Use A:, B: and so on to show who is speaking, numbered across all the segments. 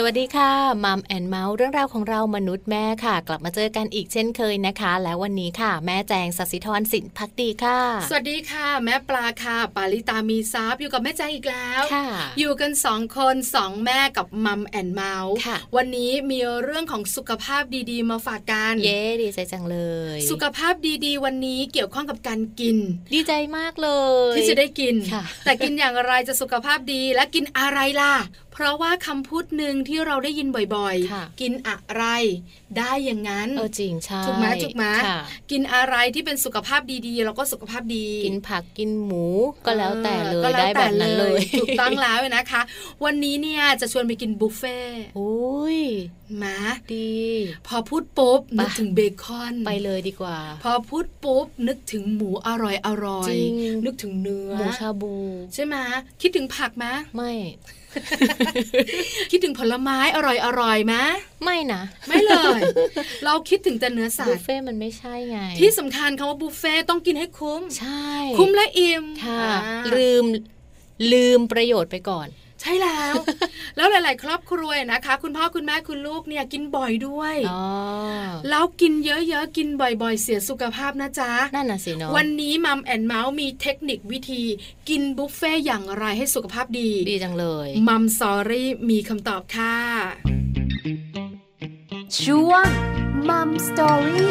A: สวัสดีค่ะมัมแอนเมาส์เรื่องราวของเรามนุษย์แม่ค่ะ กลับมาเจอกันอีกเช่นเคยนะคะ และวันนี้ค่ะ แม่แจงสัสิธรสินพักดีค่ะ
B: สวัสดีค่ะ แม่ปลาค่ะ ปาริตามีซับอยู่กับแม่แจงอีกแล้ว
A: ค่ะ
B: อยู่กันสองคนสองแม่กับมัมแอนเมาส์
A: ค่ะ
B: วันนี้มีเรื่องของสุขภาพดีๆ มาฝากกัน
A: เย้ดีใจจังเลย
B: สุขภาพดีๆ วันนี้เกี่ยวข้องกับการกิน
A: ดีใจมากเลย
B: ที่จะได้กิน
A: ค่ะ
B: แต่กินอย่างไรจะสุขภาพดีและกินอะไรล่ะ เพราะว่าคำพูดหนึ่งที่เราได้ยินบ่อย
A: ค่ะ
B: กินอะไร ได้อย่างนั้น
A: เออจริงใช่
B: ถูกไหมถูกไหม
A: ค่ะ
B: กินอะไรที่เป็นสุขภาพดีๆ แล้วก็สุขภาพดี
A: กินผักกินหมูก็แล้วแต่เล
B: ก็
A: ย
B: ล้ว
A: ได้แบบนั้นเลย
B: ถูกต้องแล้วนะคะ วันนี้เนี่ยจะชวนไปกินบุฟเฟ่ต์
A: โอ้ย
B: มา
A: ดี
B: พอพูดปุ๊บ
A: ไป
B: นึกถึงเบคอน
A: ไปเลยดีกว่า
B: พอพูดปุ๊บนึกถึงหมูอร่อยอร่อ
A: จ
B: ย
A: ริง
B: นึกถึงเนื้อ
A: หมูชาบู
B: ใช่ไหมะคิดถึงผักไหมะ
A: ไม่
B: คิดถึงผลไม้อร่อยอร่อยไหมะ
A: ไม่นะ
B: ไม่เลย เราคิดถึงแต่เนื้อสั
A: บุฟ
B: ตว์
A: เฟ่ต์มันไม่ใช่ไง
B: ที่สำคัญคำว่าบุฟเฟ่ต์ต้องกินให้คุ้ม
A: ใช่
B: คุ้มและอิ่ม
A: ค่ะ
B: อ่า
A: ลืมลืมประโยชน์ไปก่อน
B: ใช่แล้ว แล้วหลาย ๆ ครอบครัวนะคะ คุณพ่อคุณแม่คุณลูกเนี่ยกินบ่อยด้วย
A: อ๋อ
B: แล้วกินเยอะ ๆ กินบ่อย ๆ เสียสุขภาพนะจ๊ะ
A: นั่นน่ะสิเนาะ
B: วันนี้มัมแอนเมาส์มีเทคนิควิธี กินบุฟเฟ่ต์อย่างไรให้สุขภาพดี
A: ดีจังเลย
B: มัมสอรี่มีคำตอบค่ะ
C: ช่วงมัมสตอรี่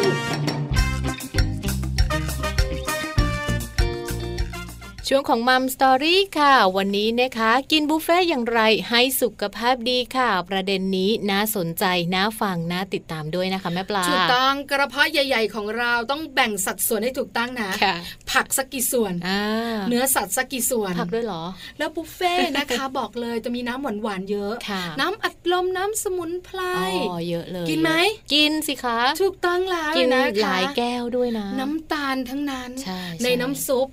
A: ช่วงของมัมสตอรี่ค่ะ วันนี้นะคะ กินบุฟเฟ่ต์อย่างไรให้สุขภาพดีค่ะ ประเด็นนี้น่าสนใจน่าฟังน่าติดตามด้วยนะคะ แม่ปลา
B: ถูกต้องกระเพาะใหญ่ ๆ ของเราต้องแบ่งสัดส่วนให้ถูกต้องนะ
A: ค่ะ
B: ผักสักกี่ส่วน
A: อ่า
B: เนื้อสัตว์สักกี่ส่วน
A: ผักด้วยเหรอ
B: แล้วบุฟเฟ่ต์นะคะ บอกเลยจะมีน้ำหวานๆเยอะ
A: ค่ะ
B: น้ำอัดลมน้ำสมุนไพร
A: อ๋อเยอะเลย
B: กินไหม
A: กินสิคะ
B: ถูกต้องแล้ว
A: กิน
B: นะ
A: ห
B: คะ
A: ลายแก้วด้วยนะ
B: น้ำตาลทั้งนั้น
A: ใช่ใช่
B: ในน้ำซุป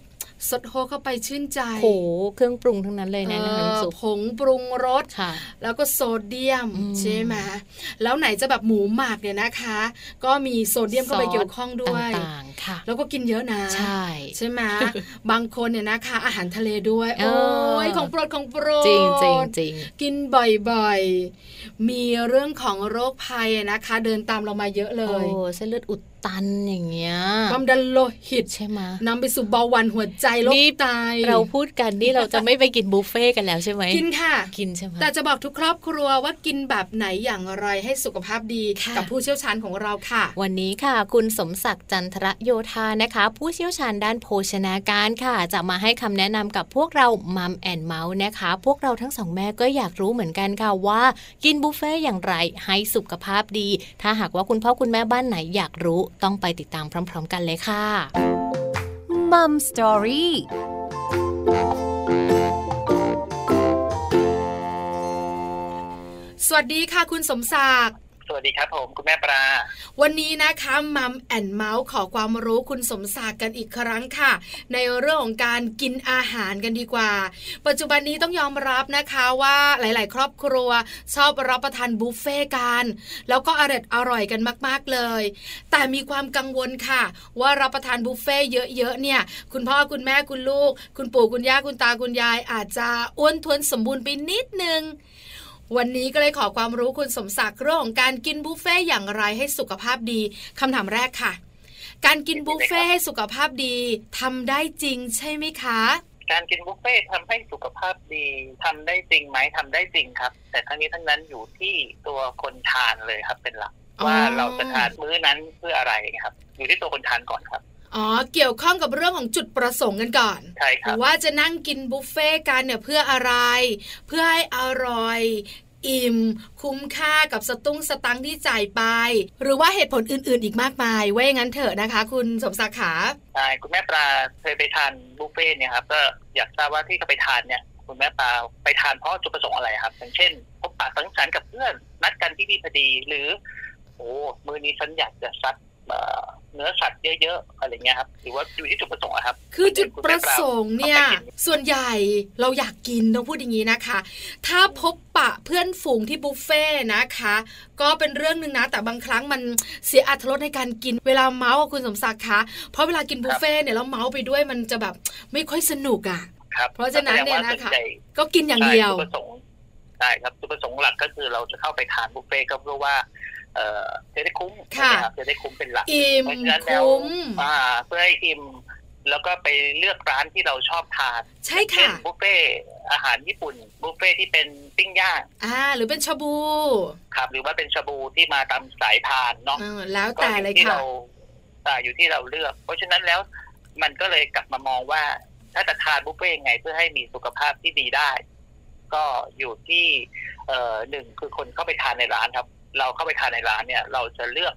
B: สดโฮเข้าไปชื่นใจ
A: โหเครื่องปรุงทั้งนั้นเลยนะ
B: เอ
A: น้ำ
B: อ
A: ซุป
B: ผงปรุงรส
A: ค่ะ
B: แล้วก็โซเดียม
A: อืม
B: ใช่ไหมแล้วไหนจะแบบหมูหมักเนี่ยนะคะ ก็มีโซเดียมเข้าไปเกี่ยวข้องด้วย
A: ต่างๆค่ะ
B: แล้วก็กินเยอะนะ
A: ใช่
B: ใช่ไหม บางคนเนี่ยนะคะ อาหารทะเลด้วย
A: เอ
B: โอ้
A: อ
B: ยของโปรดของโปรด
A: จริงจริงจริง
B: กินบ่อยๆ มีเรื่องของโรคภัยนะคะ เดินตามเรามาเยอะเล
A: โอ้
B: ย
A: เส้นเลือดอุดตันอย่างเงี้ย
B: ความดันโลหิต
A: ใช่ไหมะ
B: นำไปสู่เบาหวานหัวใจโร
A: นี่
B: คไต
A: เราพูดกันนี่เราจะไม่ไปกินบุฟเฟ่ต์กันแล้วใช่ไหม
B: กินค่ะ
A: กินใช่ไหม
B: แต่จะบอกทุกครอบครัวว่ากินแบบไหนอย่างไรให้สุขภาพดี
A: ค่ะ
B: กับผู้เชี่ยวชาญของเราค่ะ
A: วันนี้ค่ะ คุณสมศักดิ์จันทรโยธานะคะ ผู้เชี่ยวชาญด้านโภชนาการค่ะ จะมาให้คำแนะนำกับพวกเรามัมแอนเมาส์นะคะ พวกเราทั้งสองแม่ก็อยากรู้เหมือนกันค่ะว่า กินบุฟเฟ่ต์อย่างไรให้สุขภาพดี ถ้าหากว่าคุณพ่อคุณแม่บ้านไหนอยากรู้ต้องไปติดตามพร้อม ๆ กันเลยค่ะ
C: มัมสตอรี่
B: สวัสดีค่ะคุณสมศักดิ์
D: สวัสดีครับผมคุณแม่ปลา
B: วันนี้นะคะมัมแอนเมาส์ขอความรู้คุณสมศักดิ์กันอีกครั้งค่ะ ในเรื่องของการกินอาหารกันดีกว่า ปัจจุบันนี้ต้องยอมรับนะคะว่าหลาย ๆ ครอบครัวชอบรับประทานบุฟเฟ่ต์กัน แล้วก็อร่อยอร่อยกันมาก ๆ เลย แต่มีความกังวลค่ะ ว่ารับประทานบุฟเฟ่ต์เยอะ ๆ เนี่ย คุณพ่อคุณแม่คุณลูก คุณปู่คุณย่าคุณตาคุณยาย อาจจะอ้วนท้วนสมบูรณ์ไปนิดนึง วันนี้ก็เลยขอความรู้คุณสมศักดิ์เรื่องของการกินบุฟเฟ่ต์อย่างไรให้สุขภาพดีคำถามแรกค่ะ การกินบุฟเฟ่ต์ให้สุขภาพดีทำได้จริงใช่ไหมคะ
D: การกินบุฟเฟ่ต์ทำให้สุขภาพดีทำได้จริงไหมทำได้จริงครับ แต่ทั้งนี้ทั้งนั้นอยู่ที่ตัวคนทานเลยครับ เป็นหลัก
B: อ๋อ
D: ว่าเราจะทานมื้อนั้นเพื่ออะไรครับ อยู่ที่ตัวคนทานก่อนครับ
B: อ๋อ เกี่ยวข้องกับเรื่องของจุดประสงค์กันก่อน
D: ใช่ครับ
B: ว่าจะนั่งกินบุฟเฟ่ต์กันเนี่ยเพื่ออะไร เพื่อให้อร่อย อิ่ม คุ้มค่ากับสตุ้งสตังค์ที่จ่ายไป หรือว่าเหตุผลอื่นๆ อีกมากมาย ไว้อย่างนั้นเถอะนะคะ คุณสมศักดิ์ขา
D: ใช่คุณแม่ปลาเคยไปทานบุฟเฟ่ต์เนี่ยครับก็อยากทราบว่าที่เขาไปทานเนี่ย คุณแม่ปลาไปทานเพราะจุดประสงค์อะไรครับ อย่างเช่นพบปะสังสรรค์กับเพื่อนนัดกันที่นี่พอดีหรือ โอ้มื้อนี้ฉันอยากจะซัด เอ่อเนื้อสัตว์เยอะๆอะไรเงี้ยครับหรือว่าอยู่ที่จุดประสงค์อะครับ
B: คือจุดประสงค์เนี่ย ส่วนใหญ่เราอยากกินต้องพูดอย่างนี้นะคะ ถ้าพบปะเพื่อนฝูงที่บุฟเฟ่ต์นะคะ ก็เป็นเรื่องหนึ่งนะ แต่บางครั้งมันเสียอรรถรสในการกินเวลาเมาส์กับคุณสมศักดิ์คะเพราะเวลากินบุฟเฟ่ต์เนี่ยแล้วเมาส์ไปด้วยมันจะแบบไม่ค่อยสนุกอะ่ะ
D: ครับ
B: เพราะฉะนั้นเนี่ยนะคะ
D: แสดงว่าส่วใหญ่
B: ก็กินอย่างเดียว
D: ใช่จุดประสงค์ใช่ครับจุดประสงค์หลักก็คือเราจะเข้าไปทานบุฟเฟ่ต์ก็เพื่อว่าเอ่อจะได้คุ้ม
B: ค่ะ
D: นะครับจะได้คุ้มเป็นหลัก
B: อิ่ม
D: เพราะฉะนั้นแล้ว
B: คุ้ม
D: อ่าเพื่อให้อิ่มแล้วก็ไปเลือกร้านที่เราชอบทาน
B: ใช่
D: เช่น
B: ค่ะ
D: บุฟเฟ่ต์อาหารญี่ปุ่นบุฟเฟ่ต์ที่เป็นปิ้งย่าง
B: อ่า หรือเป็นชาบู
D: ครับหรือว่าเป็นชาบูที่มาตามสายทานเนาะ
B: เออแล้วแต่
D: ก็อ
B: เลย
D: ที่
B: ค่ะ
D: เราอ่าอยู่ที่เราเลือก เพราะฉะนั้นแล้วมันก็เลยกลับมามองว่า ถ้าจะทานบุฟเฟ่ต์ยังไงเพื่อให้มีสุขภาพที่ดีได้ ก็อยู่ที่เอ่อหนึ่งคือคนเข้าไปทานในร้านครับ เราเข้าไปทานในร้านเนี่ย เราจะเลือก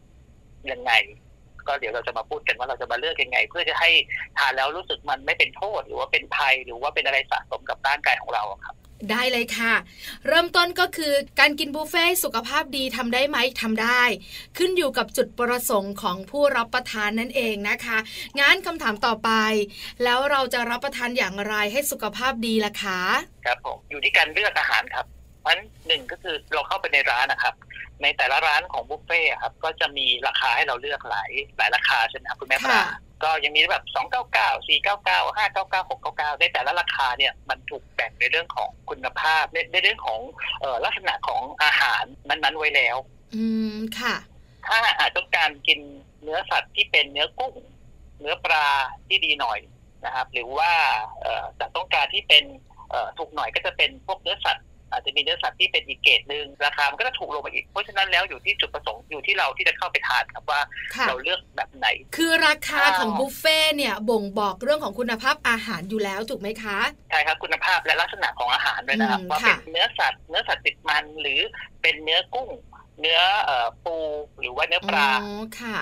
D: ยังไง ก็เดี๋ยวเราจะมาพูดกันว่าเราจะมาเลือกยังไง เพื่อจะให้ทานแล้วรู้สึกมันไม่เป็นโทษ หรือว่าเป็นภัยหรือว่าเป็นอะไรสะสมกับร่างกายของเราอะครับ
B: ได้เลยค่ะ เริ่มต้นก็คือการกินบุฟเฟ่ต์สุขภาพดีทำได้ไหมทำได้ ขึ้นอยู่กับจุดประสงค์ของผู้รับประทานนั่นเองนะคะงั้นคำถามต่อไป แล้วเราจะรับประทานอย่างไรให้สุขภาพดีล่ะคะ
D: ครับผมอยู่ที่การเลือกอาหารครับเพราะฉะนั้นหนึ่งก็คือเราเข้าไปในร้านนะครับ ในแต่ละร้านของบุฟเฟ่ต์อะครับ ก็จะมีราคาให้เราเลือกหลายหลายราคาใช่ไหมครับคุณแม่ปลา
B: ค่ะ
D: ก็ยังมีแบบสองเก้าเก้าสี่เก้าเก้าห้าเก้าเก้าหกเก้าเก้าในแต่ละราคาเนี่ยมันถูกแบ่งในเรื่องของคุณภาพในในเรื่องของเอ่อลักษณะของอาหารนั้นๆไว้แล้ว
B: อืมค่ะ
D: ถ้าอาจต้องการกินเนื้อสัตว์ที่เป็นเนื้อกุ้ง เนื้อปลาที่ดีหน่อยนะครับ หรือว่าเอ่อแต่ต้องการที่เป็นเอ่อถูกหน่อยก็จะเป็นพวกเนื้อสัตว์ อาจจะมีเนื้อสัตว์ที่เป็นอีกเกรดหนึ่งราคามันก็จะถูกลงมาอีก เพราะฉะนั้นแล้วอยู่ที่จุดประสงค์อยู่ที่เราที่จะเข้าไปทานครับว่า
B: ค่ะ
D: เราเลือกแบบไหน
B: คือราคา
D: อ่า
B: ของบุฟเฟ่ต์เนี่ยบ่งบอกเรื่องของคุณภาพอาหารอยู่แล้วถูกไหมคะ
D: ใช่ครับคุณภาพและลักษณะของอาหารด้วยนะครับ
B: อืม
D: ว่า
B: ค่ะ
D: เป็นเนื้อสัตว์เนื้อสัตว์ติดมันหรือเป็นเนื้อกุ้ง เนื้อเอ่อปูหรือว่าเนื้อปลา
B: อ๋อค่ะ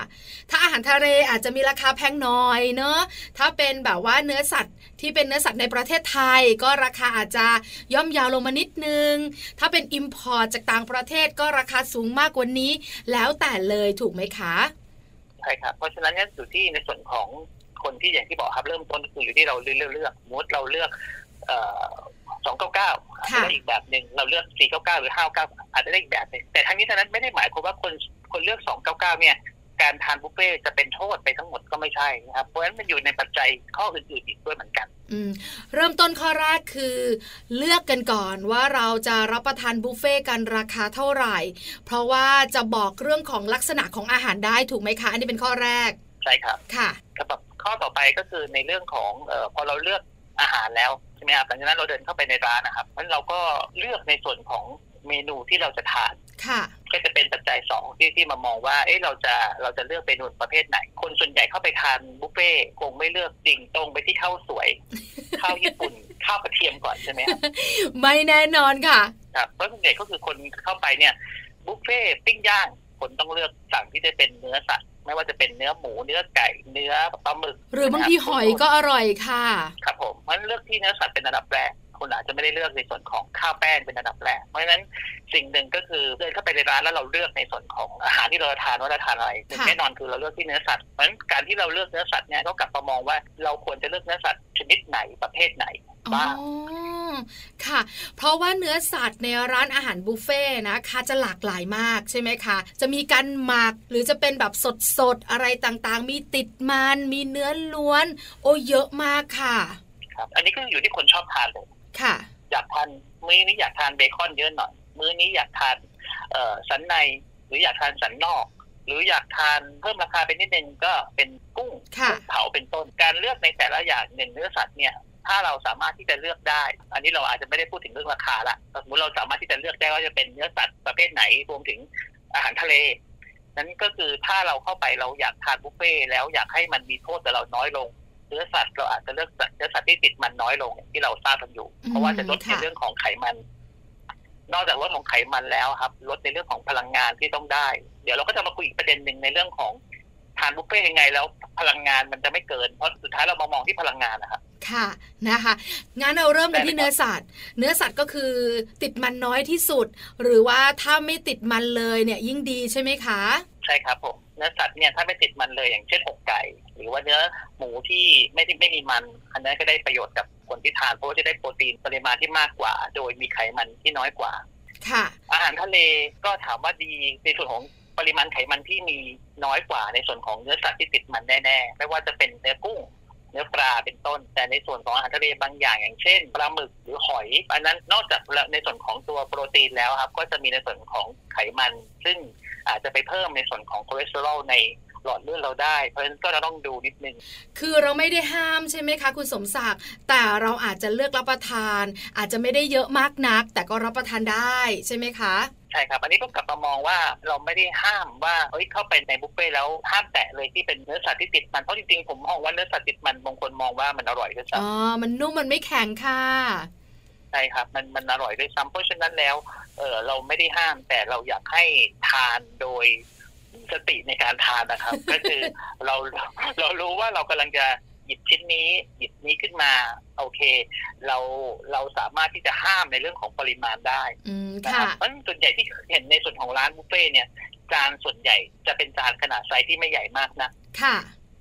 B: ถ้าอาหารทะเลอาจจะมีราคาแพงหน่อยเนอะถ้าเป็นแบบว่าเนื้อสัตว์ที่เป็นเนื้อสัตว์ในประเทศไทย ก็ราคาอาจจะย่อมเยาวลงมานิดนึง ถ้าเป็นอิมพอร์ตจากต่างประเทศก็ราคาสูงมากกว่านี้ แล้วแต่เลยถูกไหมคะ
D: ใช่ครับ เพราะฉะนั้นเนี่ยอยู่ที่ในส่วนของคนที่อย่างที่บอกครับเริ่มต้นคืออยู่ที่เราเลือกเลือกสมมติเราเลือกสองเก้าเก้าอาจจะ
B: ค่ะ
D: ได้อีกแบบหนึ่งเราเลือกสี่เก้าเก้าหรือห้าเก้าอาจจะได้อีกแบบหนึ่งแต่ทั้งนี้ทั้งนั้นไม่ได้หมายความว่าคนคนเลือกสองเก้าเก้าเนี่ย การทานบุฟเฟ่ต์จะเป็นโทษไปทั้งหมดก็ไม่ใช่นะครับ เพราะฉะนั้นมันอยู่ในปัจจัยข้ออื่นๆอีกด้วยเหมือนกัน
B: อืมเริ่มต้นข้อแรกคือ เลือกกันก่อนว่าเราจะรับประทานบุฟเฟ่ต์กันราคาเท่าไหร่ เพราะว่าจะบอกเรื่องของลักษณะของอาหารได้ถูกไหมคะ อันนี้เป็นข้อแรก
D: ใช่ครับ
B: ค่ะ
D: สำหรับข้อต่อไปก็คือในเรื่องของเออพอเราเลือกอาหารแล้วใช่ไหมครับหลังจากนั้นเราเดินเข้าไปในร้านนะครับเพราะฉะนั้นเราก็เลือกในส่วนของเมนูที่เราจะทาน
B: ค่ะ
D: ก็จะเป็นปัจจัยสองที่ที่มามองว่า เอ๊ะเราจะเราจะเลือกเมนูประเภทไหน คนส่วนใหญ่เข้าไปทานบุฟเฟ่ต์คงไม่เลือกจริงตรงไปที่ข้าวส วย ข้าวญี่ปุ่น ข้าวกระเทียมก่อนใช่ไหมครับ
B: ไม่แน่นอนค่ะ
D: ครับเพราะส่วนใหญ่ก็คือคนเข้าไปเนี่ยบุฟเฟ่ต์ปิ้งย่างคนต้องเลือกสั่งที่ได้เป็นเนื้อสัตว์ไม่ว่าจะเป็นเนื้อหมูเนื้อไก่เนื้อปลาหมึก
B: หรือบางทีหอยก็อร่อยค่ะ
D: ครับผมเพราะฉะนั้นเลือกที่เนื้อสัตว์เป็นอันดับแรกคนอาจจะไม่ได้เลือกในส่วนของข้าวแป้งเป็นอันดับแรกเพราะฉะนั้นสิ่งหนึ่งก็คือเดินเข้าไปในร้านแล้วเราเลือกในส่วนของ อาหารที่เราจะทานว่าเราทานอะไรหนึ่ง
B: ค่ะ
D: แน่นอนคือเราเลือกที่เนื้อสัตว์เพราะฉะนั้นการที่เราเลือกเนื้อสัตว์เนี่ยก็กลับมามองว่าเราควรจะเลือกเนื้อสัตว์ชนิดไหนประเภทไหน
B: อ๋อ
D: บ้าง
B: ค่ะ เพราะว่าเนื้อสัตว์ในร้านอาหารบุฟเฟ่ต์นะคะจะหลากหลายมากใช่ไหมคะ จะมีการหมักหรือจะเป็นแบบสดๆ อะไรต่างๆ มีติดมัน มีเนื้อล้วน โอ้เยอะมากค่ะ
D: ครับอันนี้ก็อยู่ที่คนชอบทานเลย
B: ค่ะ
D: อยากทานมื้อนี้อยากทานเบคอนเยอะหน่อยมื้อนี้อยากทานเอ่อสันในหรืออยากทานสันนอก หรืออยากทานเพิ่มราคาไปนิดนึงก็เป็นกุ้ง
B: ค่ะ
D: เผาเป็นต้นการเลือกในแต่ละอย่างหนึ่งเนื้อสัตว์เนี่ย ถ้าเราสามารถที่จะเลือกได้ อันนี้เราอาจจะไม่ได้พูดถึงเรื่องราคาละสมมติเราสามารถที่จะเลือกได้ว่าจะเป็นเนื้อสัตว์ประเภทไหนรวมถึงอาหารทะเล นั้นก็คือถ้าเราเข้าไปเราอยากทานบุฟเฟ่ต์แล้วอยากให้มันมีโทษแต่เราน้อยลง เนื้อสัตว์เราอาจจะเลือกสัตว์เนื้อสัตว์ที่ติดมันน้อยลงอย่างที่เราทราบกันอยู่
B: อืม
D: เพราะว่าจะลดใน
B: ค่ะ
D: เรื่องของไขมัน นอกจากลดของไขมันแล้วครับ ลดในเรื่องของพลังงานที่ต้องได้ เดี๋ยวเราก็จะมาคุยอีกประเด็นหนึ่งในเรื่องของทานบุฟเฟ่ต์ยังไงแล้วพลังงานมันจะไม่เกิน เพราะสุดท้ายเรามามองที่พลังงานนะครับ
B: ค่ะ นะคะ งั้นเราเริ่มกันที่
D: ได้
B: เนื้อ
D: เลยครับ
B: สัตว์ เนื้อสัตว์ก็คือติดมันน้อยที่สุด หรือว่าถ้าไม่ติดมันเลยเนี่ยยิ่งดีใช่ไหมคะ
D: ใช่ครับผม เนื้อสัตว์เนี่ยถ้าไม่ติดมันเลยอย่างเช่นอกไก่ หรือว่าเนื้อหมูที่ไม่ได้ไม่มีมัน อันนั้นก็ได้ประโยชน์กับคนที่ทานเพราะว่าจะได้โปรตีนปริมาณที่มากกว่า โดยมีไขมันที่น้อยกว่า
B: ค่ะ
D: อาหารทะเลก็ถามว่าดีในส่วนของปริมาณไขมันที่มีน้อยกว่า ในส่วนของเนื้อสัตว์ที่ติดมันแน่ๆไม่ว่าจะเป็นเนื้อกุ้ง เนื้อปลาเป็นต้น แต่ในส่วนของอาหารทะเลบางอย่างอย่างเช่นปลาหมึกหรือหอยอันนั้นนอกจากในส่วนของตัวโปรตีนแล้วครับ ก็จะมีในส่วนของไขมัน ซึ่งอาจจะไปเพิ่มในส่วนของคอเลสเตอรอลในหลอดเลือดเราได้ เพราะฉะนั้นก็เราต้องดูนิดนึง
B: คือเราไม่ได้ห้ามใช่ไหมคะ คุณสมศักดิ์แต่เราอาจจะเลือกรับประทาน อาจจะไม่ได้เยอะมากนัก แต่ก็รับประทานได้ใช่ไหมคะ
D: ใช่ครับ อันนี้ก็กลับมามองว่าเราไม่ได้ห้ามว่าเฮ้ยเข้าไปในบุฟเฟ่ต์แล้วห้ามแตะเลยที่เป็นเนื้อสัตว์ที่ติดมัน เพราะจริงๆผมมองว่าเนื้อสัตว์ติดมันบางคนมองว่ามันอร่อยด้วย
B: อ๋อ
D: ซ้ำ
B: มันนุ่มมันไม่แข็งค่ะ
D: ใช่ครับ มันมันอร่อยด้วยซ้ำเพราะฉะนั้นแล้วเออเราไม่ได้ห้ามแต่เราอยากให้ทานโดยสติในการทาน นะครับ ก็คือเราเรารู้ว่าเรากำลังจะหยิบชิ้นนี้ หยิบนี้ขึ้นมาโอเค เราเราสามารถที่จะห้ามในเรื่องของปริมาณได้
B: อืม
D: นะครับ
B: ค่ะ
D: เพราะฉะนั้นส่วนใหญ่ที่เห็นในส่วนของร้านบุฟเฟ่ต์เนี่ยจานส่วนใหญ่จะเป็นจานขนาดไซส์ที่ไม่ใหญ่มากนะ
B: ค่ะ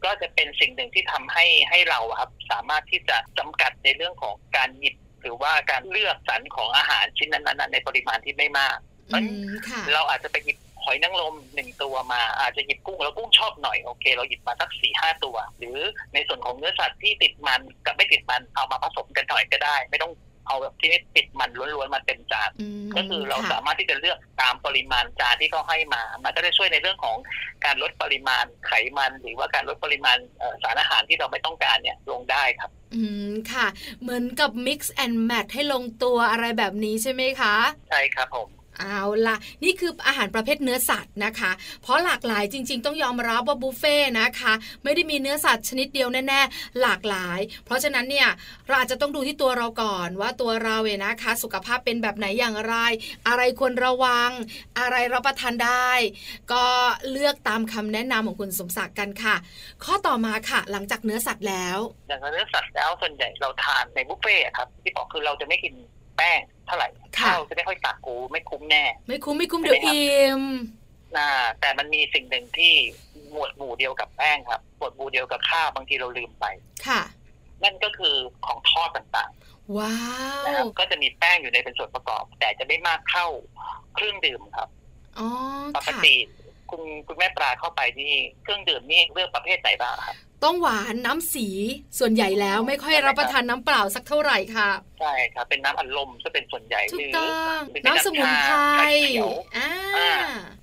D: ก็จะเป็นสิ่งหนึ่งที่ทำให้ให้เราอะครับสามารถที่จะจำกัดในเรื่องของการหยิบหรือว่าการเลือกสรรของอาหารชิ้นนั้นๆนะในปริมาณที่ไม่มาก
B: อืม ค่ะ
D: เราอาจจะไปหยิบหอยนางรมหนึ่งตัวมา อาจจะหยิบกุ้งแล้วกุ้งชอบหน่อยโอเค เราหยิบมาสักสี่ห้าตัว หรือในส่วนของเนื้อสัตว์ที่ติดมันกับไม่ติดมันเอามาผสมกันหน่อยก็ได้ ไม่ต้องเอาแบบที่ติดมันล้วนๆมาเต็มจาน
B: อืม
D: ก็คือเรา
B: ะ
D: สามารถที่จะเลือกตามปริมาณจานที่เขาให้มา มันก็ได้ช่วยในเรื่องของการลดปริมาณไขมัน หรือว่าการลดปริมาณเอ่อสารอาหารที่เราไม่ต้องการเนี่ยลงได้ครับ
B: อืม ค่ะ เหมือนกับ mix and match ให้ลงตัวอะไรแบบนี้ใช่ไหมคะ
D: ใช่ครับผม
B: เอาละนี่คืออาหารประเภทเนื้อสัตว์นะคะ เพราะหลากหลายจริง ๆ ต้องยอมรับว่าบุฟเฟ่ต์นะคะ ไม่ได้มีเนื้อสัตว์ชนิดเดียวแน่ๆหลากหลาย เพราะฉะนั้นเนี่ยเราอาจจะต้องดูที่ตัวเราก่อนว่าตัวเราเนี่ยนะคะ สุขภาพเป็นแบบไหนอย่างไร อะไรควรระวัง อะไรรับประทานได้ ก็เลือกตามคำแนะนำของคุณสมศักดิ์กันค่ะ ข้อต่อมาค่ะ หลังจากเนื้อสัตว์แล้ว
D: อย่างเนื้อสัตว์แล้วส่วนใหญ่เราทานในบุฟเฟ่ต์อะครับที่บอกคือเราจะไม่กินแป้งเท่าไหร่
B: ค่ะ
D: ข้าวจะไม่ค่อยตักกูไม่คุ้มแน่
B: ไม่คุ้มไม่คุ้มเดี๋ยวอิ่ม
D: นะแต่มันมีสิ่งหนึ่งที่หมวดหมู่เดียวกับแป้งครับหมวดหมู่เดียวกับข้าวบางทีเราลืมไป
B: ค่ะ
D: นั่นก็คือของทอดต่างๆ
B: ว้า
D: นะครับ
B: ว
D: ก็จะมีแป้งอยู่ในเป็นส่วนประกอบ แต่จะไม่มากเท่าเครื่องดื่มครับ
B: อ๋อ
D: ปก
B: ค่ะ
D: ติคุณคุณแม่ปลาเข้าไปที่เครื่องดื่มนี่เลือกประเภทไหนบ้างครับ
B: ต้องหวานน้ำสีส่วนใหญ่แล้วไม่ค่อยรับประทานน้ำเปล่าสักเท่าไหร่ค่ะ
D: ใช่ครับเป็นน้ำอัดลมจะเป็นส่วนใหญ่
B: ถูก
D: หรือ
B: ต้อง
D: หรือ
B: น้ำสมุนไพร
D: น้ำชาเขียว
B: อ่า
D: อ่า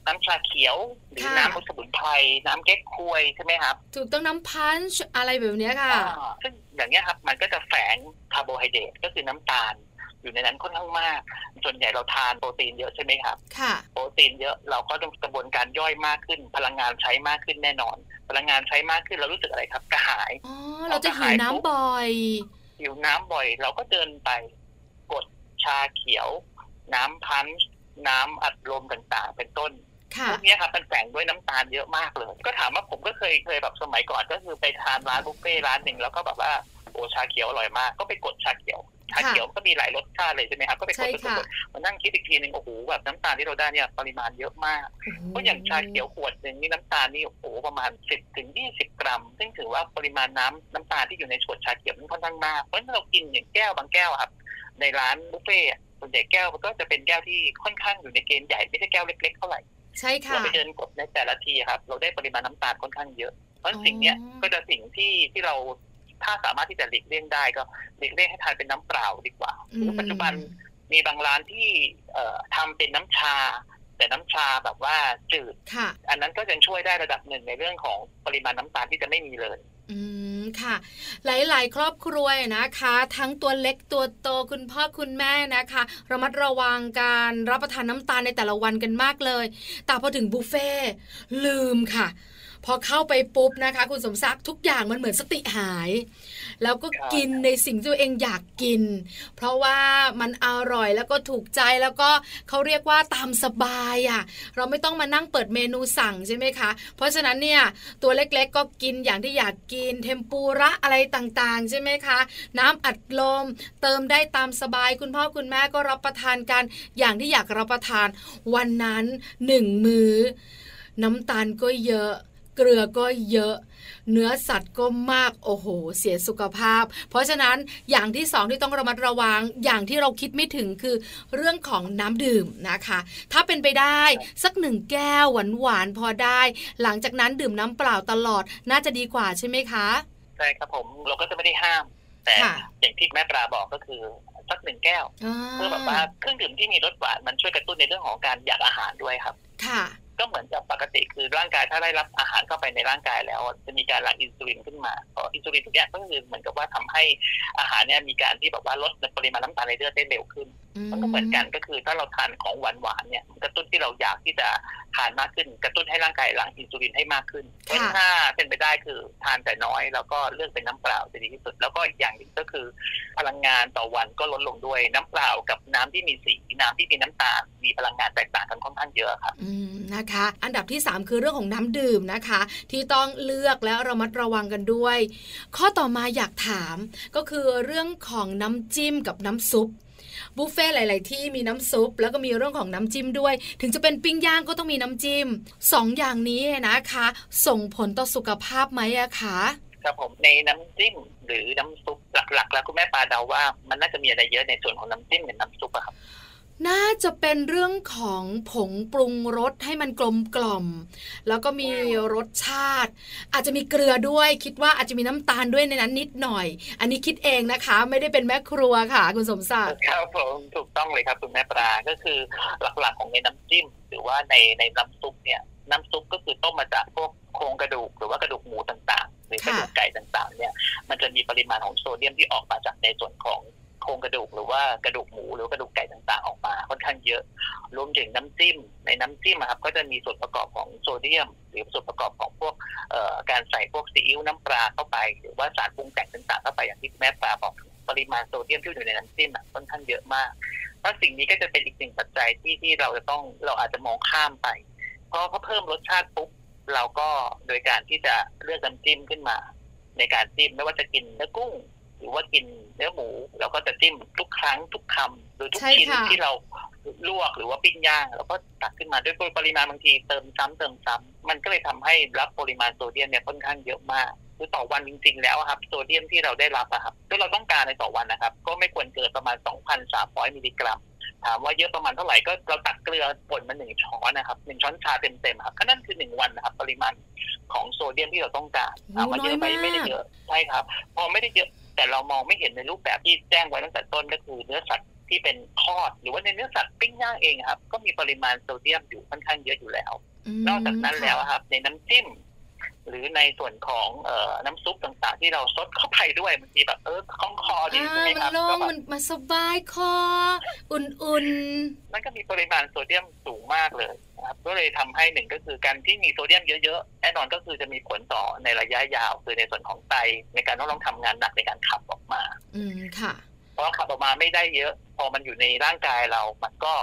D: น้ำชาเขียว หรือ
B: ค่ะ
D: น้ำสมุนไพรน้ำเก๊กควยใช่ไหมครับ
B: ถูกต้องน้ำพันช์อะไรแบบเนี้ยค่ะ
D: อ่าซึ่งอย่างเงี้ยครับมันก็จะแฝงคาร์โบไฮเดรตก็คือน้ำตาล อยู่ในนั้นค่อนข้างมาก ส่วนใหญ่เราทานโปรตีนเยอะใช่ไหมครับ
B: ค่ะ
D: โปรตีนเยอะเราก็ต้องกระบวนการย่อยมากขึ้น พลังงานใช้มากขึ้นแน่นอน พลังงานใช้มากขึ้นเรารู้สึกอะไรครับกระหาย
B: อ๋อ เราจะหิวน้ำบ่อย
D: หิวน้ำบ่อย เราก็เดินไปกดชาเขียว น้ำพันช์น้ำอัดลมต่างๆ เป็นต้น
B: ค่ะ
D: พวกเนี้ยครับมันแฝงด้วยน้ำตาลเยอะมากเลย ก็ถามว่าผมก็เคยเคยแบบสมัยก่อนก็คือไปทานร้านบุฟเฟ่ต์ร้านหนึ่งแล้วก็แบบว่าโอ้ชาเขียวอร่อยมาก ก็ไปกดชาเขียวชาเขียวก็มีหลายรสชาติเลยใช่ไหมครับก็ไปก
B: ใช่
D: ดกด
B: ค่ะ
D: กดมานั่งคิดอีกทีหนึ่งโอ้โหแบบน้ำตาลที่เราได้เนี่ยปริมาณเยอะมาก เพราะอย่างชาเขียวขวดหนึ่งนี่น้ำตาลนี่โอ้โหประมาณ 10ถึง20 กรัม ซึ่งถือว่าปริมาณน้ำน้ำตาลที่อยู่ในขวดชาเขียวมันค่อนข้างมากเพราะฉะนั้นเรากินอย่างแก้วบางแก้วอะครับ ในร้านบุฟเฟ่ต์อะส่วนใหญ่แก้วมันก็จะเป็นแก้วที่ค่อนข้างอยู่ในเกณฑ์ใหญ่ไม่ใช่แก้วเล็กๆเท่าไหร่
B: ใช่ค่ะ
D: เราไปเดินกดในแต่ละทีครับ เราได้ปริมาณน้ำตาลค่อนข้างเยอะเพราะฉะนั้นสิ่งเนี้ย
B: อ๋อ
D: ก็จะสิ่งที่ที่เราถ้าสามารถที่จะหลีกเลี่ยงได้ก็หลีกเลี่ยงให้ทานเป็นน้ำเปล่าดีกว่าหรือปัจจุบัน
B: อืม
D: มีบางร้านที่เอ่อทำเป็นน้ำชา แต่น้ำชาแบบว่าจืด
B: ค่ะ
D: อันนั้นก็ยังช่วยได้ระดับหนึ่งในเรื่องของปริมาณน้ำตาลที่จะไม่มีเลย
B: อืมค่ะ หลายๆ ครอบครัวนะคะ ทั้งตัวเล็กตัวโตคุณพ่อคุณแม่นะคะระมัดระวังการรับประทานน้ำตาลในแต่ละวันกันมากเลย แต่พอถึงบุฟเฟ่ต์ลืมค่ะ พอเข้าไปปุ๊บนะคะ คุณสมศักดิ์ทุกอย่างมันเหมือนสติหาย แล้วก็กินในสิ่งที่ตัวเองอยากกิน เพราะว่ามันอร่อยแล้วก็ถูกใจแล้วก็เขาเรียกว่าตามสบายอ่ะ เราไม่ต้องมานั่งเปิดเมนูสั่งใช่ไหมคะ เพราะฉะนั้นเนี่ยตัวเล็กๆ ก็กินอย่างที่อยากกิน เทมปูระอะไรต่างๆ ใช่ไหมคะ น้ำอัดลม เติมได้ตามสบาย คุณพ่อคุณแม่ก็รับประทานกัน อย่างที่อยากรับประทาน วันนั้นหนึ่งมือ้อ น้ำตาลก็เยอะ เกลือก็เยอะ เนื้อสัตว์ก็มากโอ้โห เสียสุขภาพ เพราะฉะนั้นอย่างที่สองที่ต้องระมัดระวังอย่างที่เราคิดไม่ถึงคือเรื่องของน้ำดื่มนะคะ ถ้าเป็นไปได้สักหนึ่งแก้วหวานหวานๆพอได้ หลังจากนั้นดื่มน้ำเปล่าตลอดน่าจะดีกว่าใช่ไหมคะ
D: ใช่ครับผมเราก็จะไม่ได้ห้าม แต่
B: ค่ะ
D: อย่างที่แม่ปลาบอกก็คือสักหนึ่งแก้ว
B: อ่า
D: เพื่อแบบว่าเครื่องดื่มที่มีรสหวานมันช่วยกระตุ้นในเรื่องของการอยากอาหารด้วยครับ
B: ค่ะ
D: ก็เหมือนกับปกติคือร่างกายถ้าได้รับอาหารเข้าไปในร่างกายแล้ว จะมีการหลั่งอินซูลินขึ้นมาพออินซูลินตัวเนี้ยก็คือเหมือนกับว่าทำให้อาหารเนี่ยมีการที่แบบว่าลดปริมาณน้ำตาลในเลือดได้เร็วขึ้น มันก็เหมือนกันก็คือถ้าเราทานของหวานหวานๆเนี่ยมันกระตุ้นที่เราอยากที่จะทานมากขึ้น กระตุ้นให้ร่างกายหลั่งอินซูลินให้มากขึ้น
B: ค่ะ
D: ถ้าเป็นไปได้คือทานแต่น้อย แล้วก็เลือกเป็นน้ำเปล่าจะดีที่สุด แล้วก็อีกอย่างหนึ่งก็คือ พลังงานต่อวันก็ลดลงด้วยน้ำเปล่ากับน้ำที่มีสีน้ำที่มีน้ำตาลมีพลังงานแตกต่างกันค่อนข้างเยอะครับ
B: อืมนะคะ อันดับที่ 3 คือเรื่องของน้ำดื่มนะคะ ที่ต้องเลือกและระมัดระวังกันด้วย ข้อต่อมาอยากถามก็คือเรื่องของน้ำจิ้มกับน้ำซุปบุฟเฟ่ต์หลาย ๆ ที่มีน้ำซุป แล้วก็มีเรื่องของน้ำจิ้มด้วย ถึงจะเป็นปิ้งย่างก็ต้องมีน้ำจิ้มสองอย่างนี้นะคะ ส่งผลต่อสุขภาพไหมอะคะ
D: ครับผมในน้ำจิ้มหรือน้ำซุปหลักๆ แล้วคุณแม่ปลาเดาว่ามันน่าจะมีอะไรเยอะในส่วนของน้ำจิ้มกับน้ำซุปอะครับ
B: น่าจะเป็นเรื่องของผงปรุงรสให้มันกลมกล่อม แล้วก็มีรสชาติ อาจจะมีเกลือด้วยคิดว่าอาจจะมีน้ำตาลด้วยในนั้นนิดหน่อย อันนี้คิดเองนะคะ ไม่ได้เป็นแม่ครัวค่ะ คุณสมศักดิ์
D: ครับผมถูกต้องเลยครับคุณแม่ปลาก็คือหลักๆของในน้ำจิ้ม หรือว่าในในน้ำซุปเนี่ยน้ำซุปก็คือต้มมาจากพวกโครงกระดูกหรือว่ากระดูกหมูต่างๆ หรือกระดูกไก่ต่างๆเนี่ยมันจะมีปริมาณของโซเดียมที่ออกมาจากในส่วนของโครงกระดูกหรือว่ากระดูกหมูหรือกระดูกไก่ต่างๆ ออกมาค่อนข้างเยอะ รวมถึงน้ำจิ้มในน้ำจิ้มอะครับก็จะมีส่วนประกอบของโซเดียม หรือส่วนประกอบของพวกเอ่อการใส่พวกซีอิ๊วน้ำปลาเข้าไป หรือว่าสารปรุงแต่งต่างๆเข้าไปอย่างที่คุณแม่ปลาบอก ปริมาณโซเดียมที่อยู่ในน้ำจิ้มอะค่อนข้างเยอะมาก เพราะสิ่งนี้ก็จะเป็นอีกหนึ่งปัจจัยที่ที่เราจะต้องเราอาจจะมองข้ามไป เพราะพอเพิ่มรสชาติปุ๊บเราก็โดยการที่จะเลือกน้ำจิ้มขึ้นมา ในการจิ้มไม่ว่าจะกินเนื้อกุ้ง หรือว่ากินเนื้อหมูเราก็จะจิ้มทุกครั้งทุกคำหรือทุกชิ้นที่เราลวกหรือว่าปิ้งย่างเราก็ตักขึ้นมาด้วยปริมาณบางทีเติมซ้ำเติมซ้ำมันก็เลยทำให้รับปริมาณโซเดียมเนี่ยค่อนข้างเยอะมาก คือต่อวันจริงๆ แล้วอะครับโซเดียมที่เราได้รับอะครับที่เราต้องการในต่อวันนะครับ ก็ไม่ควรเกินประมาณ 2,300 มิลลิกรัม ถามว่าเยอะประมาณเท่าไหร่ก็เราตักเกลือป่นมาหนึ่งช้อนนะครับหนึ่งช้อนชาเต็มๆครับก็นั่นคือหนึ่งวันนะครับปริมาณของโซเดียมที่เราต้องการถามว่าเยอะไหมไม่ได้เยอะใช่ครับ พอไม่ได้เยอะแต่เรามองไม่เห็นในรูปแบบที่แจ้งไว้ตั้งแต่ต้นก็คือเนื้อสัตว์ที่เป็นทอด หรือว่าในเนื้อสัตว์ปิ้งย่างเองครับก็มีปริมาณโซเดียมอยู่ค่อนข้างเยอะอยู่แล้ว
B: ม
D: นอกจากนั้นแล้ว
B: ค่ะ
D: อะครับ ในน้ำจิ้ม หรือในส่วนของเอ่อน้ำซุปต่างๆ ที่เราซดเข้าไปด้วยบางทีแบบเออคล่องคอดี
B: อ่า
D: ใช่ไห
B: มั
D: มคน รับ
B: โล่
D: ก็
B: ง
D: แบบ
B: มันมาสบายคอ อุ่น
D: มันก็มีปริมาณโซเดียมสูงมากเลยนะครับก็เลยทำให้หนึ่งก็คือการที่มีโซเดียมเยอะๆแน่นอนก็คือจะมีผลต่อในระยะยาว คือในส่วนของไตในการต้องลองทำงานหนักในการขับออกมา
B: ๆ อืมค่ะ
D: เพราะขับออกมาไม่ได้เยอะ พอมันอยู่ในร่างกายเรา มันก็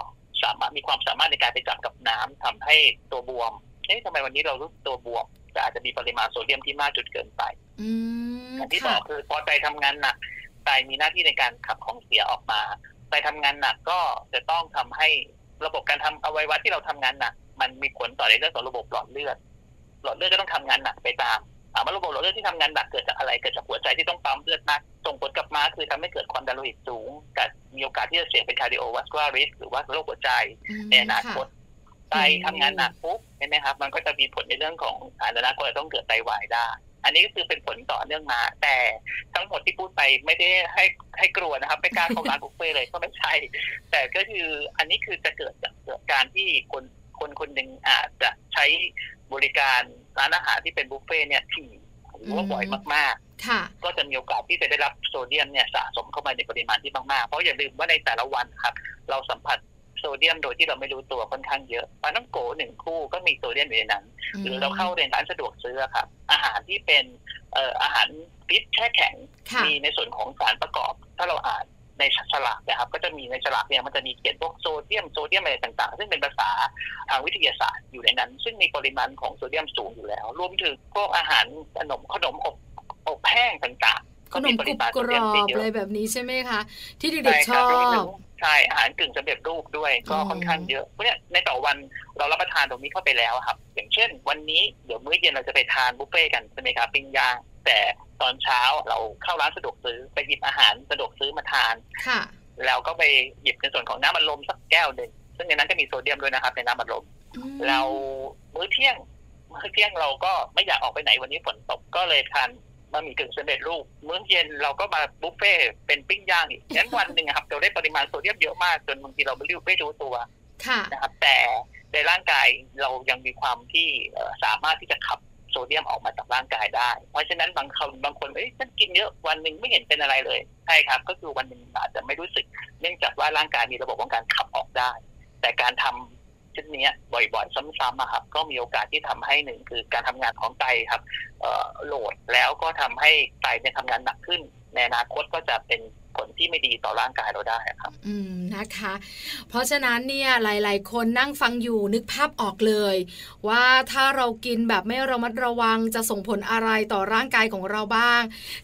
D: สามารถมีความสามารถในการไปจับกับน้ำทำให้ตัวบวมเอ๊ะทำไมวันนี้เรารู้สึกตัวบวมแต่อาจจะมีปริมาณโซเดียมที่มากจนเกินไป
B: อืม
D: อย่างที่บ
B: ค่ะ
D: อกคือพอใจทำงานหนักไตมีหน้าที่ในการขับของเสียออกมาไตทำงานหนักก็จะต้องทำให้ระบบการทำอวัยวะที่เราทำงานหนัก มันมีผลต่อในเรื่องของระบบหลอดเลือด หลอดเลือดก็ต้องทำงานหนักไปตามถามว่าระบบหลอดเลือดที่ทำงานหนักเกิดจากอะไร เกิดจากหัวใจที่ต้องปั๊มเลือดมาก ส่งผลกลับมาคือทำให้เกิดความดันโลหิตสูงกับมีโอกาสที่จะเสี่ยงเป็น cardiovascular risk หรือว่าโรคหัวใจ
B: ม
D: ในอนาคต
B: ะ
D: ไต
B: อืม
D: ทำงานหนักปุ๊บใช่ไหมครับ มันก็จะมีผลในเรื่องของอาอนาคตจะต้องเกิดไตวายได้ อันนี้ก็คือเป็นผลต่อเนื่องมา แต่ทั้งหมดที่พูดไปไม่ได้ให้ให้กลัวนะครับไม่กล้าเข้าร้านบุฟเฟ่ต์เลยก็ไม่ใช่ แต่ก็คืออันนี้คือจะเกิดจากการที่คนคนคนหนึ่งอาจจะใช้บริการร้านอาหารที่เป็นบุฟเฟ่ต์เนี่ยถี่หรือว่าบ่อยมากๆ
B: ค่ะ
D: ก็จะมีโอกาสที่จะได้รับโซเดียมเนี่ยสะสมเข้ามาในปริมาณที่มากๆ เพราะอย่าลืมว่าในแต่ละวันครับ เราสัมผัสโซเดียมโดยที่เราไม่รู้ตัวค่อนข้างเยอะปลาต้องโกะหนึ่งคู่ก็มีโซเดียมอยู่ในนั้น หรือเราเข้าในร้านสะดวกซื้อครับ อาหารที่เป็นเอ่ออาหารฟิตแช่แข็ง
B: ค่ะ
D: มีในส่วนของสารประกอบ ถ้าเราอ่านในฉลากนะครับ ก็จะมีในฉลากเนี่ยมันจะมีเขียนพวกโซเดียมโซเดียมอะไรต่างๆ ซึ่งเป็นภาษาทางวิทยาศาสตร์อยู่ในนั้น ซึ่งมีปริมาณของโซเดียมสูงอยู่แล้ว รวมถึงพวกอาหารขนมขนมอบอบแห้งต่างๆ
B: ขนมกรุบกรอบอะไรแบบนี้ใช่ไหมคะ ที่เด็กๆช
D: ใช่ค
B: อ
D: รัรวมถึ
B: บ
D: ง ใช่อาหารกึ่งสำเร็จรูปด้วยก็
A: อ๋อ
D: ค่อนข้างเยอะเพราะเนี่ยในต่อวันเรารับประทานตรงนี้เข้าไปแล้วอะครับ อย่างเช่น วันนี้เดี๋ยวมื้อเย็นเราจะไปทานบุฟเฟ่ต์กันใช่ไหมครับปิ้งย่างแต่ตอนเช้าเราเข้าร้านสะดวกซื้อไปหยิบอาหารสะดวกซื้อมาทาน
B: ค่ะ
D: แล้วก็ไปหยิบในส่วนของน้ำอัดลมสักแก้วหนึ่งซึ่งในนั้นก็มีโซเดียมด้วยนะครับในน้ำอัดลม
B: อืม
D: เรามื้อเที่ยง มื้อเที่ยงเราก็ไม่อยากออกไปไหนวันนี้ฝนตกก็เลยทานบะหมี่กึ่งสำเร็จรูปมื้อเย็นเราก็มาบุฟเฟ่ต์เป็นปิ้งย่างอีกงั้นวันหนึ่งอะครับ เราได้ปริมาณโซเดียมเยอะมากจนบางทีเราไม่รู้ไม่รู้ตัว
B: ค่ะ
D: นะครับ แต่ในร่างกายเรายังมีความที่เอ่อสามารถที่จะขับโซเดียมออกมาจากร่างกายได้ เพราะฉะนั้นบางคนบางคนเอ้ยฉันกินเยอะวันหนึ่งไม่เห็นเป็นอะไรเลยใช่ครับ ก็คือวันหนึ่งอาจจะไม่รู้สึก เนื่องจากว่าร่างกายมีระบบของการขับออกได้ แต่การทำชิ้นเนี้ยบ่อยๆ ซ้ำๆอะครับ ก็มีโอกาสที่ทำให้หนึ่งคือการทำงานของไตครับเอ่อโหลดแล้วก็ทำให้ไตเนี่ยทำงานหนักขึ้น ในอนาคตก็จะเป็นผลที่ไม่ดีต่อร่างกายเราได้ครับ
B: อืมนะคะ เพราะฉะนั้นเนี่ยหลาย ๆ คนนั่งฟังอยู่นึกภาพออกเลย ว่าถ้าเรากินแบบไม่ระมัดระวังจะส่งผลอะไรต่อร่างกายของเราบ้าง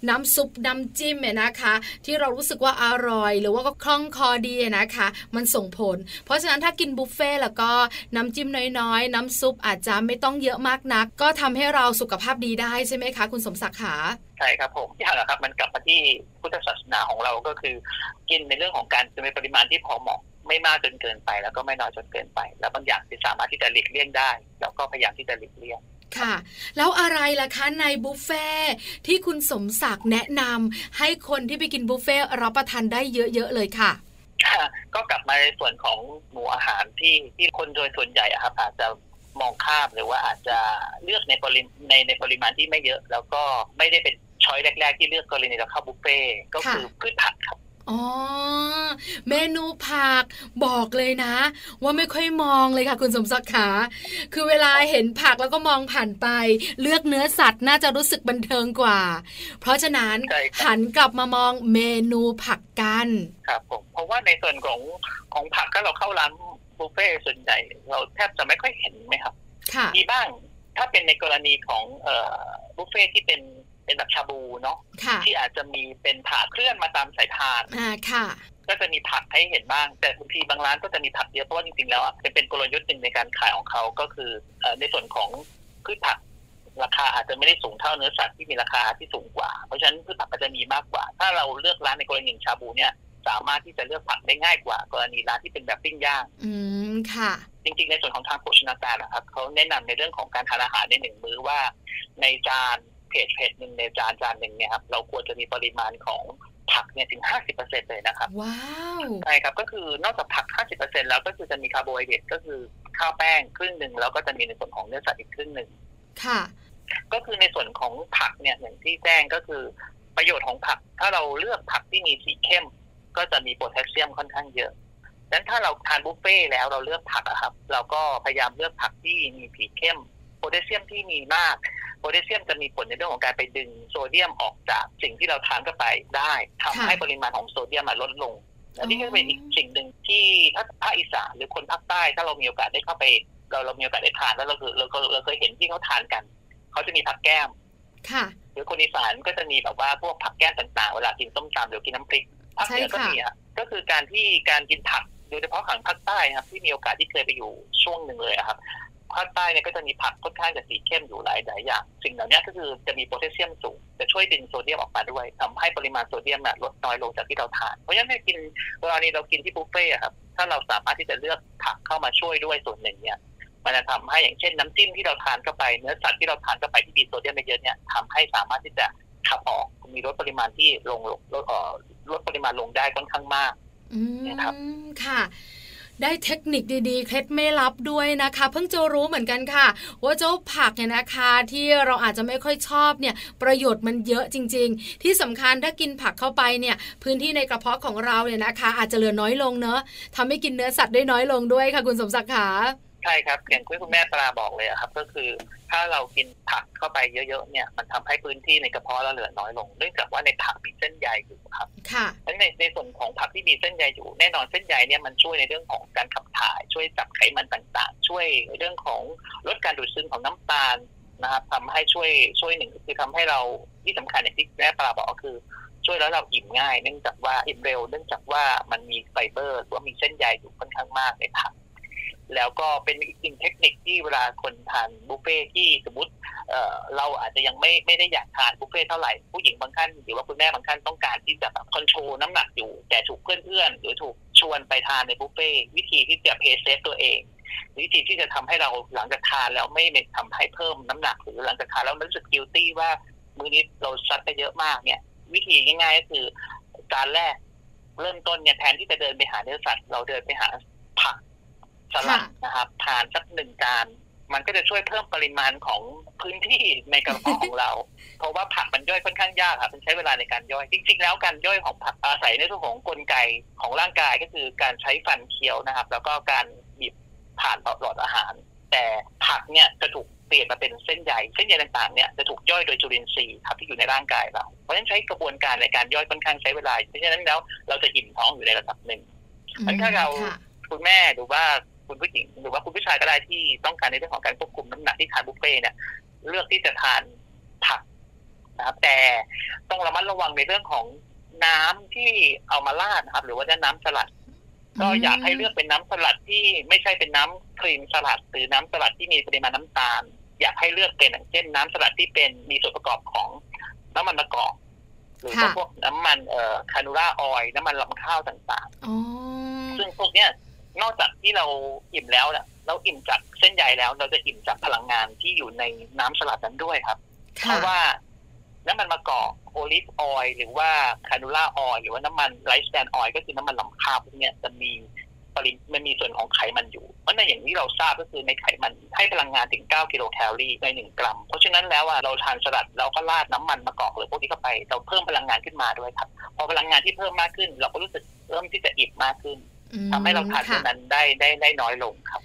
B: น้ำซุปน้ำจิ้มเนี่ยนะคะ ที่เรารู้สึกว่าอร่อย หรือว่าก็คล่องคอดีอะนะคะ มันส่งผล เพราะฉะนั้นถ้ากินบุฟเฟ่ต์แล้วก็น้ำจิ้มน้อยๆ น้ำซุปอาจจะไม่ต้องเยอะมากนัก ก็ทำให้เราสุขภาพดีได้ใช่ไหมคะ คุณสมศักดิ์ขา
D: ใช่ครับผมอย่างนะครับมันกลับมาที่พุทธศาสนาของเราก็คือ กินในเรื่องของการกินในปริมาณที่พอเหมาะไม่มากจนเกินไป แล้วก็ไม่น้อยจนเกินไป แล้วบางอย่างที่สามารถที่จะหลีกเลี่ยงได้ แล้วก็พยายามที่จะหลีกเลี่ยง
B: ค่ะ แล้วอะไรล่ะคะในบุฟเฟ่ที่คุณสมศักดิ์แนะนำให้คนที่ไปกินบุฟเฟ่รับประทานได้เยอะๆเลยค่ะ
D: ค่ะก็กลับมาในส่วนของหมู่อาหารที่ที่คนโดยส่วนใหญ่อะครับอาจจะมองข้ามหรือว่าอาจจะเลือกในปริมในในปริมาณที่ไม่เยอะ แล้วก็ไม่ได้เป็นช้อยแรก ๆ ที่เลือกกรณีเราเข้าบุฟเฟ่ต์ก็คือพืชผักครับ
B: อ๋อ เมนูผักบอกเลยนะ ว่าไม่ค่อยมองเลยค่ะคุณสมศักดิ์ขาคือเวลาเห็นผักแล้วก็มองผ่านไป เลือกเนื้อสัตว์น่าจะรู้สึกบันเทิงกว่า เพราะฉะนั้น
D: ใช่ครับ
B: หันกลับมามองเมนูผักกัน
D: ครับผมเพราะว่าในส่วนของของผักถ้าเราเข้าร้านบุฟเฟ่ต์ส่วนใหญ่เราแทบจะไม่ค่อยเห็นไหมครับ
B: ค่ะ
D: มีบ้างถ้าเป็นในกรณีของเอ่อบุฟเฟ่ต์ที่เป็นเป็นแบบชาบูเนาะ
B: ค่ะ
D: ที่อาจจะมีเป็นถาดเคลื่อนมาตามสายพาน
B: อ่าค่ะ
D: ก็จะมีผักให้เห็นบ้าง แต่บางทีบางร้านก็จะมีผักเยอะเพราะว่าจริงๆแล้วอ่ะเป็นเป็นกลยุทธ์หนึ่งในการขายของเขาก็คือเอ่อในส่วนของพืชผัก ราคาอาจจะไม่ได้สูงเท่าเนื้อสัตว์ที่มีราคาที่สูงกว่า เพราะฉะนั้นพืชผักก็จะมีมากกว่า ถ้าเราเลือกร้านในกรณีอย่างชาบูเนี่ยสามารถที่จะเลือกผักได้ง่ายกว่า กรณีร้านที่เป็นแบบปิ้งย่าง
B: อืมค่ะ
D: จริงๆ ในส่วนของทางโภชนาการนะครับเขาแนะนำในเรื่องของการทานอาหารในหนึ่งมื้อว่า ในจานเพจเพจหนึ่งในจานจานหนึ่งเนี่ยครับเราควรจะมีปริมาณของผักเนี่ยถึง 50%เลยนะครับ
B: ว้าว
D: ใช่ครับ ก็คือนอกจากผัก 50%แล้วก็คือจะมีคาร์โบไฮเดรตก็คือข้าวแป้งครึ่งหนึ่งแล้วก็จะมีในส่วนของเนื้อสัตว์อีกครึ่งหนึ่ง
B: ค่ะ
D: ก็คือในส่วนของผักเนี่ยอย่างที่แจ้งก็คือประโยชน์ของผัก ถ้าเราเลือกผักที่มีสีเข้ม ก็จะมีโพแทสเซียมค่อนข้างเยอะดังนั้นถ้าเราทานบุฟเฟ่ต์แล้วเราเลือกผักอะครับ เราก็พยายามเลือกผักที่มีสีเข้มโพแทสเซียมที่มีมากโพแทสเซียมจะมีผลในเรื่องของการไปดึงโซเดียมออกจากสิ่งที่เราทานเข้าไปได้ทำให้
B: ค่ะ
D: ปริมาณของโซเดียมอะลดลง อันนี้ก็เป็นอีกสิ่งหนึ่งที่ถ้าภาคอีสานหรือคนภาคใต้ถ้าเรามีโอกาสได้เข้าไป เราเรามีโอกาสได้ทานแล้วเราคือเราก็เราเคยเห็นที่เขาทานกัน เขาจะมีผักแก้ม
B: ค่ะ
D: หรือคนอีสานก็จะมีแบบว่าพวกผักแก้มต่างๆเวลากินส้มตำหรือกินน้ำพริกภาคเหนือ
B: ใช่
D: ก็
B: ค่ะ
D: มีอะก็คือการที่การกินผักโดยเฉพาะของภาคใต้นะครับ ที่มีโอกาสที่เคยไปอยู่ช่วงหนึ่งเลยอะครับภาคใต้เนี่ยก็จะมีผักค่อนข้างจะสีเข้มอยู่หลายหลายอย่าง สิ่งเหล่านี้ก็คือจะมีโพแทสเซียมสูงจะช่วยดึงโซเดียมออกมาด้วยทำให้ปริมาณโซเดียมน่ะลดน้อยลงจากที่เราทานเพราะฉะนั้นเนี่ยกินเวลานี้เรากินที่บุฟเฟ่ต์อะครับถ้าเราสามารถที่จะเลือกผักเข้ามาช่วยด้วยส่วนหนึ่งเนี่ย มันจะทำให้อย่างเช่นน้ำจิ้มที่เราทานเข้าไปเนื้อสัตว์ที่เราทานเข้าไปที่มีโซเดียมไม่เยอะเนี่ยทำให้สามารถที่จะขับออกมีลดปริมาณที่ลงลงลดเอ่อลดปริมาณลงได้ค่อนข้างมาก
B: อื
D: นะครับ
B: มค่ะ ได้เทคนิคดีๆ เคล็ดไม่ลับด้วยนะคะ เพิ่งจะรู้เหมือนกันค่ะ ว่าเจ้าผักเนี่ยนะคะ ที่เราอาจจะไม่ค่อยชอบเนี่ย ประโยชน์มันเยอะจริง ๆ ที่สำคัญถ้ากินผักเข้าไปเนี่ย พื้นที่ในกระเพาะของเราเนี่ยนะคะ อาจจะเหลือน้อยลงเนอะทำให้กินเนื้อสัตว์ได้น้อยลงด้วยค่ะ คุณสมศักดิ์ขา
D: ใช่ครับอย่างที่คุณแม่ปลาบอกเลยอะครับ ก็คือถ้าเรากินผักเข้าไปเยอะๆเนี่ยมันทำให้พื้นที่ในกระเพาะเราเหลือน้อยลงเนื่องจากว่าในผักมีเส้นใยอยู่ครับ
B: ค่ะ
D: ในในส่วนของผักที่มีเส้นใยอยู่แน่นอนเส้นใยเนี่ยมันช่วยในเรื่องของการขับถ่าย ช่วยจับไขมันต่างๆ ช่วยเรื่องของลดการดูดซึมของน้ำตาลนะครับทำให้ช่วยช่วยหนึ่งคือทำให้เราที่สำคัญอย่างที่แม่ปลาบอกก็คือ ช่วยแล้วเราอิ่มง่าย เนื่องจากว่าอิ่มเร็ว เนื่องจากว่ามันมีไฟเบอร์หรือว่ามีเส้นใยอยู่ค่อนข้างมากในผักแล้วก็เป็นอีกหนึ่งเทคนิคที่เวลาคนทานบุฟเฟ่ที่สมมติเอ่อเราอาจจะยังไม่ไม่ได้อยากทานบุฟเฟ่เท่าไหร่ผู้หญิงบางท่านหรือว่าคุณแม่บางท่านต้องการที่จะแบบคอนโทรลน้ำหนักอยู่ แต่ถูกเพื่อนๆหรือถูกชวนไปทานในบุฟเฟ่วิธีที่จะเพย์เซฟตัวเอง วิธีที่จะทำให้เราหลังจากทานแล้วไม่ทำให้เพิ่มน้ำหนักหรือหลังจากทานแล้วรู้สึกกิลตี้ว่ามื้อนี้เราซัดไปเยอะมากเนี่ย วิธีง่ายๆก็คือการแรกเริ่มต้นเนี่ยแทนที่จะเดินไปหาเนื้อสัตว์ เราเดินไปหาผักสลัด
B: ค่ะ
D: นะครับทานสักหนึ่งจานมันก็จะช่วยเพิ่มปริมาณของพื้นที่ในกระเพาะของเรา เพราะว่าผักมันย่อยค่อนข้างยากครับมันใช้เวลาในการย่อย จริง ๆ แล้วการย่อยของผักอาศัยในส่วนของกลไกของร่างกายก็คือการใช้ฟันเคี้ยวนะครับ แล้วก็การบีบผ่านหลอดอาหาร แต่ผักเนี่ยจะถูกเปลี่ยนมาเป็นเส้นใยเส้นใยต่างๆเนี่ยจะถูกย่อยโดยจุลินทรีย์ครับที่อยู่ในร่างกายเรา เพราะฉะนั้นใช้กระบวนการในการย่อยค่อนข้างใช้เวลาเพราะฉะนั้นแล้วเราจะอิ่มท้องอยู่ในระดับหนึ่ง งั้นถ้าเรา
B: ค่ะ
D: คุณแม่หรือว่าคุณผู้หญิงหรือว่าคุณผู้ชายก็ได้ที่ต้องการในเรื่องของการควบคุมน้ำหนักที่ทานบุฟเฟ่ต์เนี่ยเลือกที่จะทานผักนะครับแต่ต้องระมัดระวังในเรื่องของน้ำที่เอามาราดนะครับ หรือว่าน้ำสลัด ก็อยากให้เลือกเป็นน้ำสลัดที่ไม่ใช่เป็นน้ำครีมสลัด หรือน้ำสลัดที่มีปริมาณน้ำตาล อยากให้เลือกเป็นอย่างเช่นน้ำสลัดที่เป็นมีส่วนประกอบของน้ำมันมะกอกหรือว่า
B: ค่ะ
D: พวกน้ำมันเอ่อคานูล่าออยล์น้ำมันลำข้าวต่าง ๆ
B: อ๋อ
D: ซึ่งพวกเนี้ยนอกจากที่เราอิ่มแล้วเนี่ยเราอิ่มจากเส้นใยแล้ว เราจะอิ่มจากพลังงานที่อยู่ในน้ำสลัดนั้นด้วยครับ เพ
B: ค่ะ
D: ราะว่าน้ำมันมะกอกโอลิฟออยหรือว่าคานูล่าออยหรือว่าน้ำมันไรซ์แดนออยก็คือน้ำมันลำข้าวพวกเนี้ยจะมีปริมันมีส่วนของไขมันอยู่ เพราะในอย่างที่เราทราบก็คือในไขมันให้พลังงานถึง 9 กิโลแคลอรี่ใน 1 กรัม เพราะฉะนั้นแล้วอ่ะเราทานสลัดเราก็ราดน้ำมันมะกอกหรือพวกนี้เข้าไปเราเพิ่มพลังงานขึ้นมาด้วยครับพอพลังงานที่เพิ่มมากขึ้น เราก็รู้สึกเริ่มที่จะอิ่มมากขึ้น ทำให้เราทานตัวนั้นได้ได้ได้น้อยลงครับ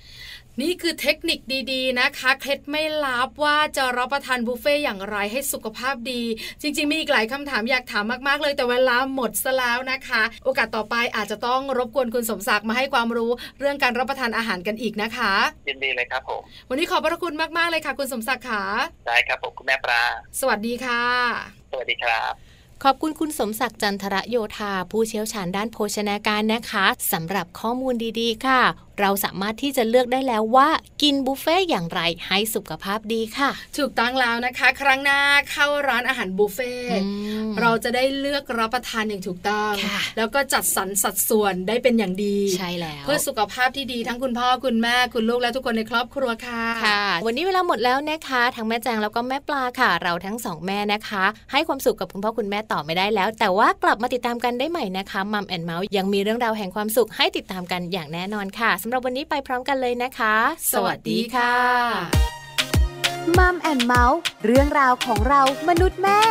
B: นี่คือเทคนิคดีๆนะคะ เคล็ดไม่ลับว่าจะรับประทานบุฟเฟ่ต์อย่างไรให้สุขภาพดี จริง ๆ มีอีกหลายคำถามอยากถามมากๆ เลยแต่เวลาหมดซะแล้วนะคะ โอกาสต่อไปอาจจะต้องรบกวนคุณสมศักดิ์มาให้ความรู้เรื่องการรับประทานอาหารกันอีกนะคะ
D: ยินดีเลยครับผม
B: วันนี้ขอบพระคุณมากๆเลยค่ะ คุณสมศักดิ์ค่ะ
D: ได้ครับผมคุณแม่ปลา
B: สวัสดีค่ะ
D: สวัสดีครับ
A: ขอบคุณคุณสมศักดิ์จันทรโยธา ผู้เชี่ยวชาญด้านโภชนาการนะคะสำหรับข้อมูลดีๆ ค่ะ เราสามารถที่จะเลือกได้แล้วว่า กินบุฟเฟ่ต์อย่างไรให้สุขภาพดีค่ะ
B: ถูกต้องแล้วนะคะ ครั้งหน้าเข้าร้านอาหารบุฟเฟ่ต์
A: อืม
B: เราจะได้เลือกรับประทานอย่างถูกต้อง
A: ค่ะ
B: แล้วก็จัดสรรสัดส่วนได้เป็นอย่างดี
A: ใช่แล้ว
B: เพื่อสุขภาพที่ดีทั้งคุณพ่อ คุณแม่ คุณลูกและทุกคนในครอบครัวค่ะ
A: ค่ะ วันนี้เวลาหมดแล้วนะคะทั้งแม่แจงแล้วก็แม่ปลาค่ะ เราทั้งสองแม่นะคะ ให้ความสุขกับคุณพ่อคุณแม่ต่อไม่ได้แล้ว แต่ว่ากลับมาติดตามกันได้ใหม่นะคะมัมแอนเมาส์ยังมีเรื่องราวแห่งความสุขให้ติดตามกันอย่างแน่นอนค่ะสำหรับวันนี้ไปพร้อมกันเลยนะคะ
B: สวัสดีค่ะ
C: มัมแอนเมาส์เรื่องราวของเรามนุษย์แม่